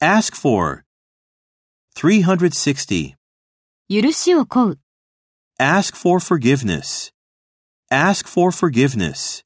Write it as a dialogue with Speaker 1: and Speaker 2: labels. Speaker 1: Ask for 360.
Speaker 2: 許しを請う。
Speaker 1: Ask for forgiveness. Ask for forgiveness.